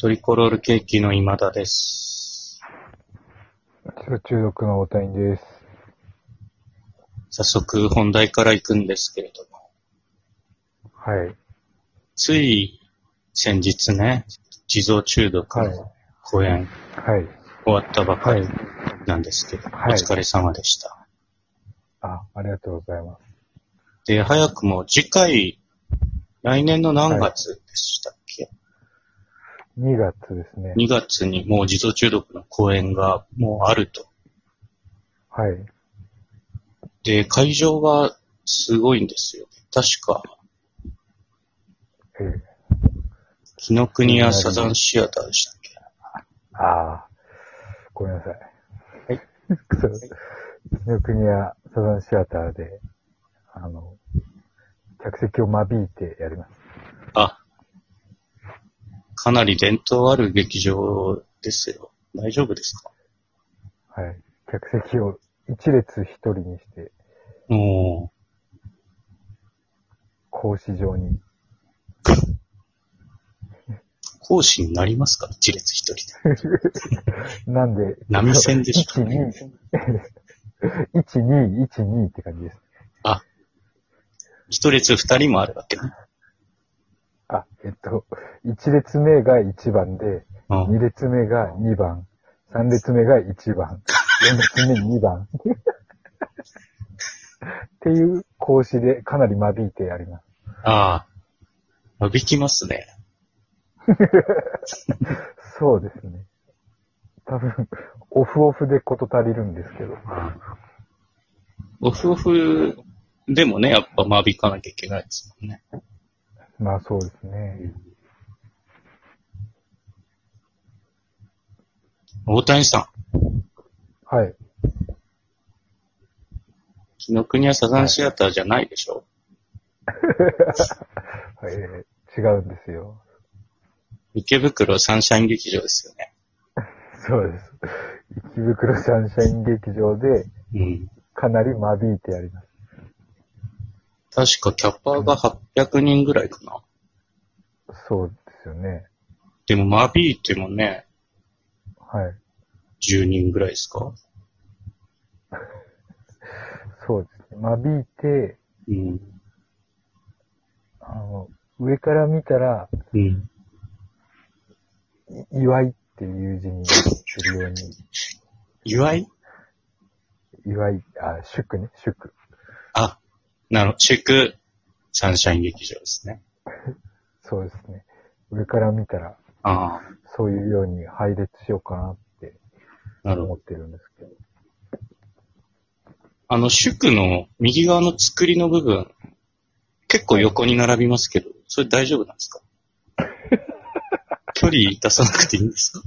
トリコロールケーキの今田です。中毒の大谷です。早速本題から行くんですけれども、はい。つい先日ね、地蔵中毒はい。の公演はい。終わったばかはいり。なんですけど、はおい疲れ様でした。あ、ありがとうございます。で、早くも次回、来年の何月でしたっけ、 2月ですね。 ?2 月にもう地蔵中毒の公演がもうあると。はい。で、会場がすごいんですよ。確か、え紀ノ国屋サザンシアターでしたっけー、あー、ごめんなさい。はい。そう。紀ノ国屋サザンシアターで、あの、客席を間引いてやります。あ、かなり伝統ある劇場ですよ。大丈夫ですかはい。客席を一列一人にして、おー格子状に。講師になりますか一列一人で。なんで、波線でしょ1、2、1、2、1、2って感じです。一列二人もあるわけね。あ、えっと、1列目が1番で、うん2列目が2番、3列目が1番、4列目2番。っていう格子でかなり間引いてやります。ああ、間引きますね。そうですね。多分、オフオフでこと足りるんですけど。オフオフでもね、やっぱ間引かなきゃいけないですもんね。まあそうですね。大谷さん、はい。紀ノ国屋サザンシアターじゃないでしょえー違うんですよ。池袋サンシャイン劇場ですよね。そうです。池袋サンシャイン劇場でうん。かなり間引いてやります。確かキャパが800人ぐらいかな。そうですよね。でも間引いてもね、はい。 10人ぐらいですかそうですね。間引いて、うん。あの、上から見たら、うん。い祝いっていう字にするように、祝い祝い、あ、祝ね、祝。あ、なるほど。祝、サンシャイン劇場ですね。そうですね。上から見たら、ああ、そういうように配列しようかなってなるほ思ど。ってるんですけど。あの、祝の右側の作りの部分、結構横に並びますけど、それ大丈夫なんですか距離出さなくていいんですか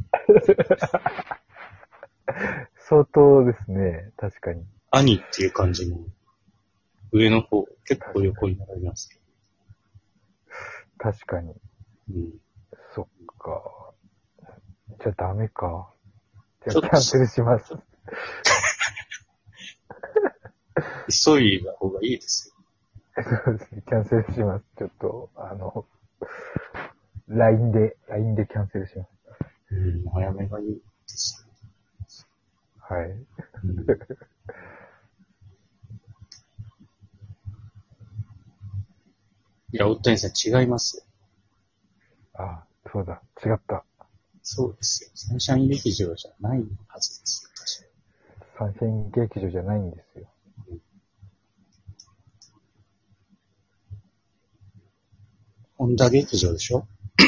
相当ですね、確かに。兄っていう感じの上の方、結構横に並びますけ確かに。ど。うんそっか。じゃあダメか。ちじょっとゃあキャンセルします。急いだ方がいいですよ。そうですね、キャンセルします。ちょっと、あの、LINE で、LINE でキャンセルします。うん、早めがいいですよ。はい。うんいや、大谷さん違いますよ。あ、そうだ。違った。そうですよ。サンシャイン劇場じゃないはずですよ。確かサンシャイン劇場じゃないんですよ。ホンダ劇場でしょそ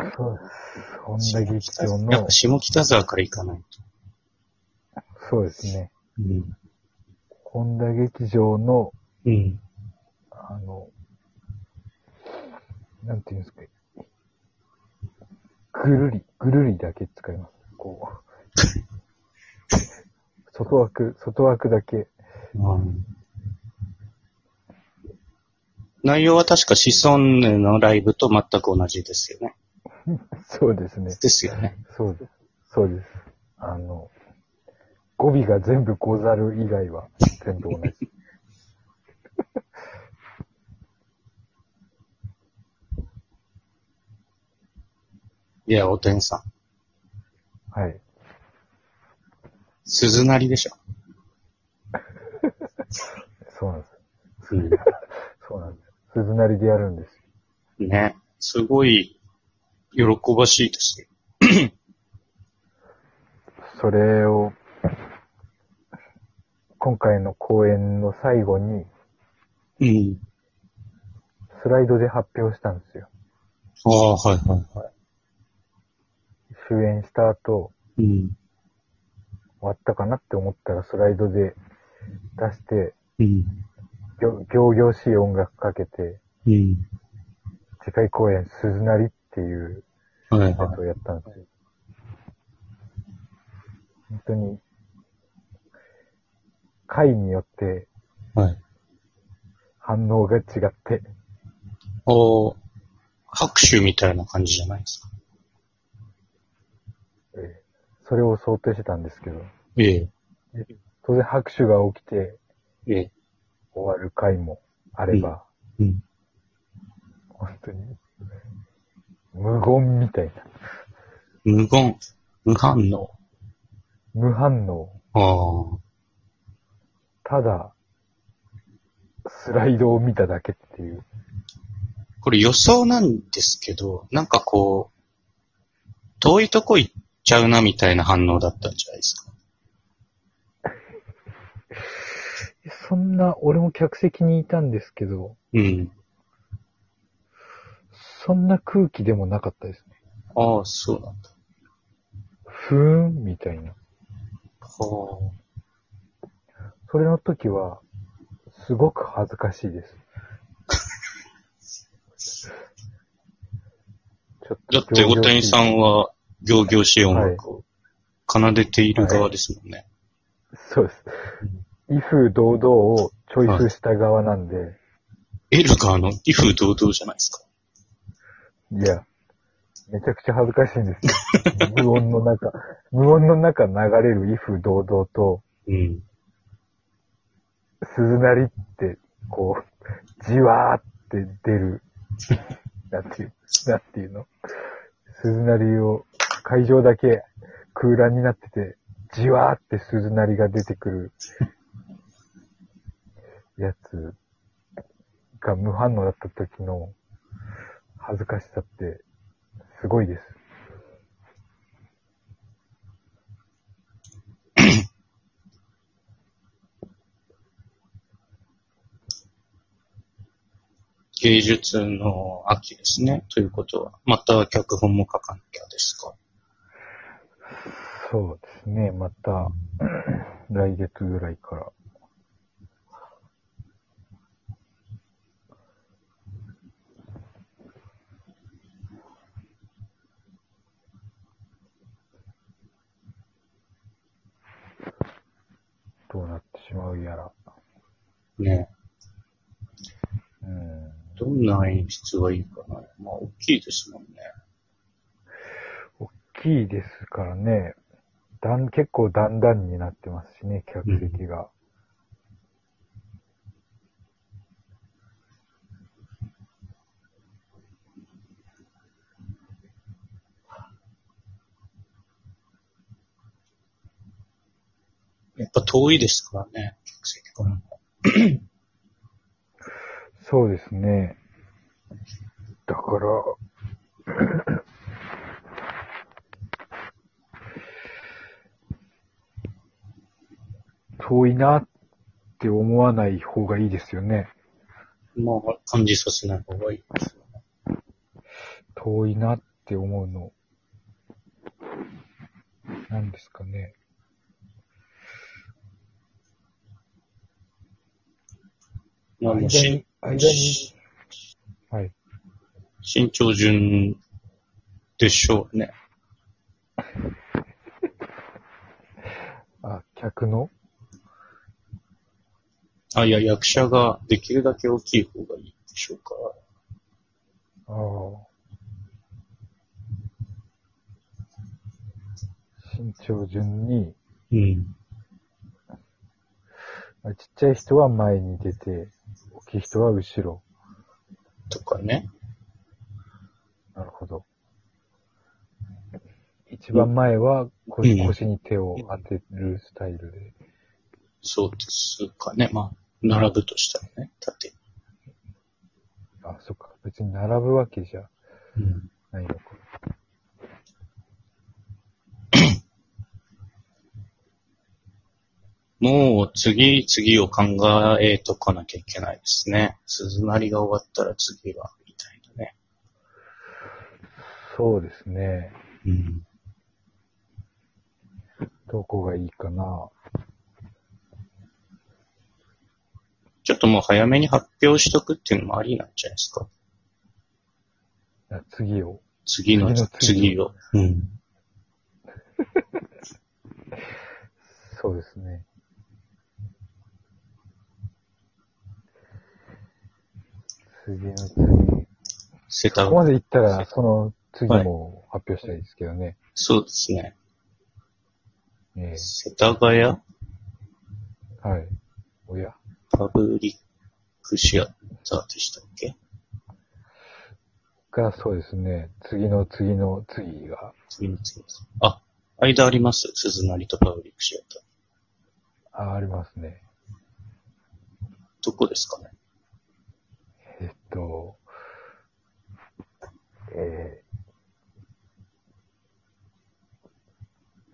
うです。ホンダ劇場やっのぱ、下北沢から行かないと。そうですね。うん。ホンダ劇場の、うん。あの、なんていうんですか。ぐるり、ぐるりだけ使います。こう。外枠、外枠だけ。うん内容は確かシソンヌのライブと全く同じですよね。そうですね。ですよね。そうです。そうです。あの、語尾が全部ござる以外は全部同じ。 いや、おてんさん。はい。鈴なりでしょ。そうなんですよ。そうなんですよ。鈴なりでやるんですよ。ね。すごい、喜ばしいですね。それを、今回の公演の最後に、うん。スライドで発表したんですよ。ああ、はいはいは終演した後、い。うん。終わったかなって思ったらスライドで出して、うん。ぎょ行々しい音楽かけて、うん。次回公演、鈴なりっていうはいやはつをやったんですよ。本当に、回によってい。はい。反応が違って、おー拍手みたいな感じじゃないですか。えーそれを想定してたんですけど、ええ。当然拍手が起きてええ。終わる回もあれば、うん。本当に、無言みたいな、無言。無反応。無反応、ああ。ただ、スライドを見ただけっていう。これ予想なんですけど、なんかこう、遠いとこ行っちゃうなみたいな反応だったんじゃないですか。そんな、俺も客席にいたんですけど、うん。そんな空気でもなかったですね。ああ、そうなんだ。ふーん、みたいな。はそれの時は、すごく恥ずかしいです。あ。ちょっ だって、大仰々しい谷さんは、行々しい音楽を奏でている側ですもんね。 そうです。威風堂々をチョイスした側なんで、エルガーの威風堂々じゃないですか。いや、めちゃくちゃ恥ずかしいんですよ。無音の中、無音の中流れる威風堂々と、うん。鈴なりって、こう、じわーって出る、なんていう、なんていうの鈴なりを、会場だけ空欄になってて、じわーって鈴なりが出てくる、やつが無反応だった時の恥ずかしさって、すごいです。芸術の秋ですね。ということは、また脚本も書かなきゃですか。そうですね、また、 来月ぐらいから。どうなってしまうやら。ねうん。どんな演出がいいかな。まあ、大きいですもんね。大きいですからね。だん、結構段々になってますしね、客席が。やっぱ遠いですからね、客席からも。そうですね。だから、遠いなって思わない方がいいですよね。まあ、感じさせない方がいいですよね。遠いなって思うの。なんですかね。まあ、もう間しに、間に、はい。身長順でしょうね。あ、客のあ、いや、役者ができるだけ大きい方がいいでしょうか。ああ。身長順に、うん。まあちっちゃい人は前に出て、大きい人は後ろ。とかね。なるほど。一番前は腰,、うん腰に手を当てるスタイルで。そうですかね。まあ、並ぶとしたらね、縦に。あ、そっか。別に並ぶわけじゃうん。ないのか。もう次、次を考えとかなきゃいけないですね。鈴なりが終わったら次は、みたいなね。そうですね。うん。どこがいいかな。ちょっともう早めに発表しとくっていうのもありなんじゃないですか。あ次を。次の次次を。うん。そうですね。次の次。世田ここまで行ったら、その次も発表したいですけどね。そうですね。え世田谷えはい。おや。パブリックシアターでしたっけが、そうですね。次の次の次が。次の次です。あ、間あります鈴なりとパブリックシアター。あ、ありますね。どこですかねえっと、えー、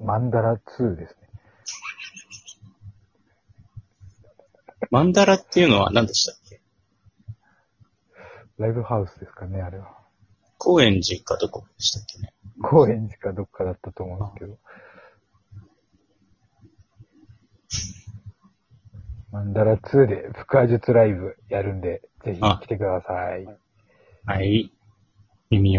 マンダラ2ですね。マンダラっていうのは何でしたっけライブハウスですかね、あれは。高円寺かどこでしたっけね高円寺かどっかだったと思うんですけど。マンダラ2で腹話術ライブやるんで、ぜひ来てください。はい。耳寄り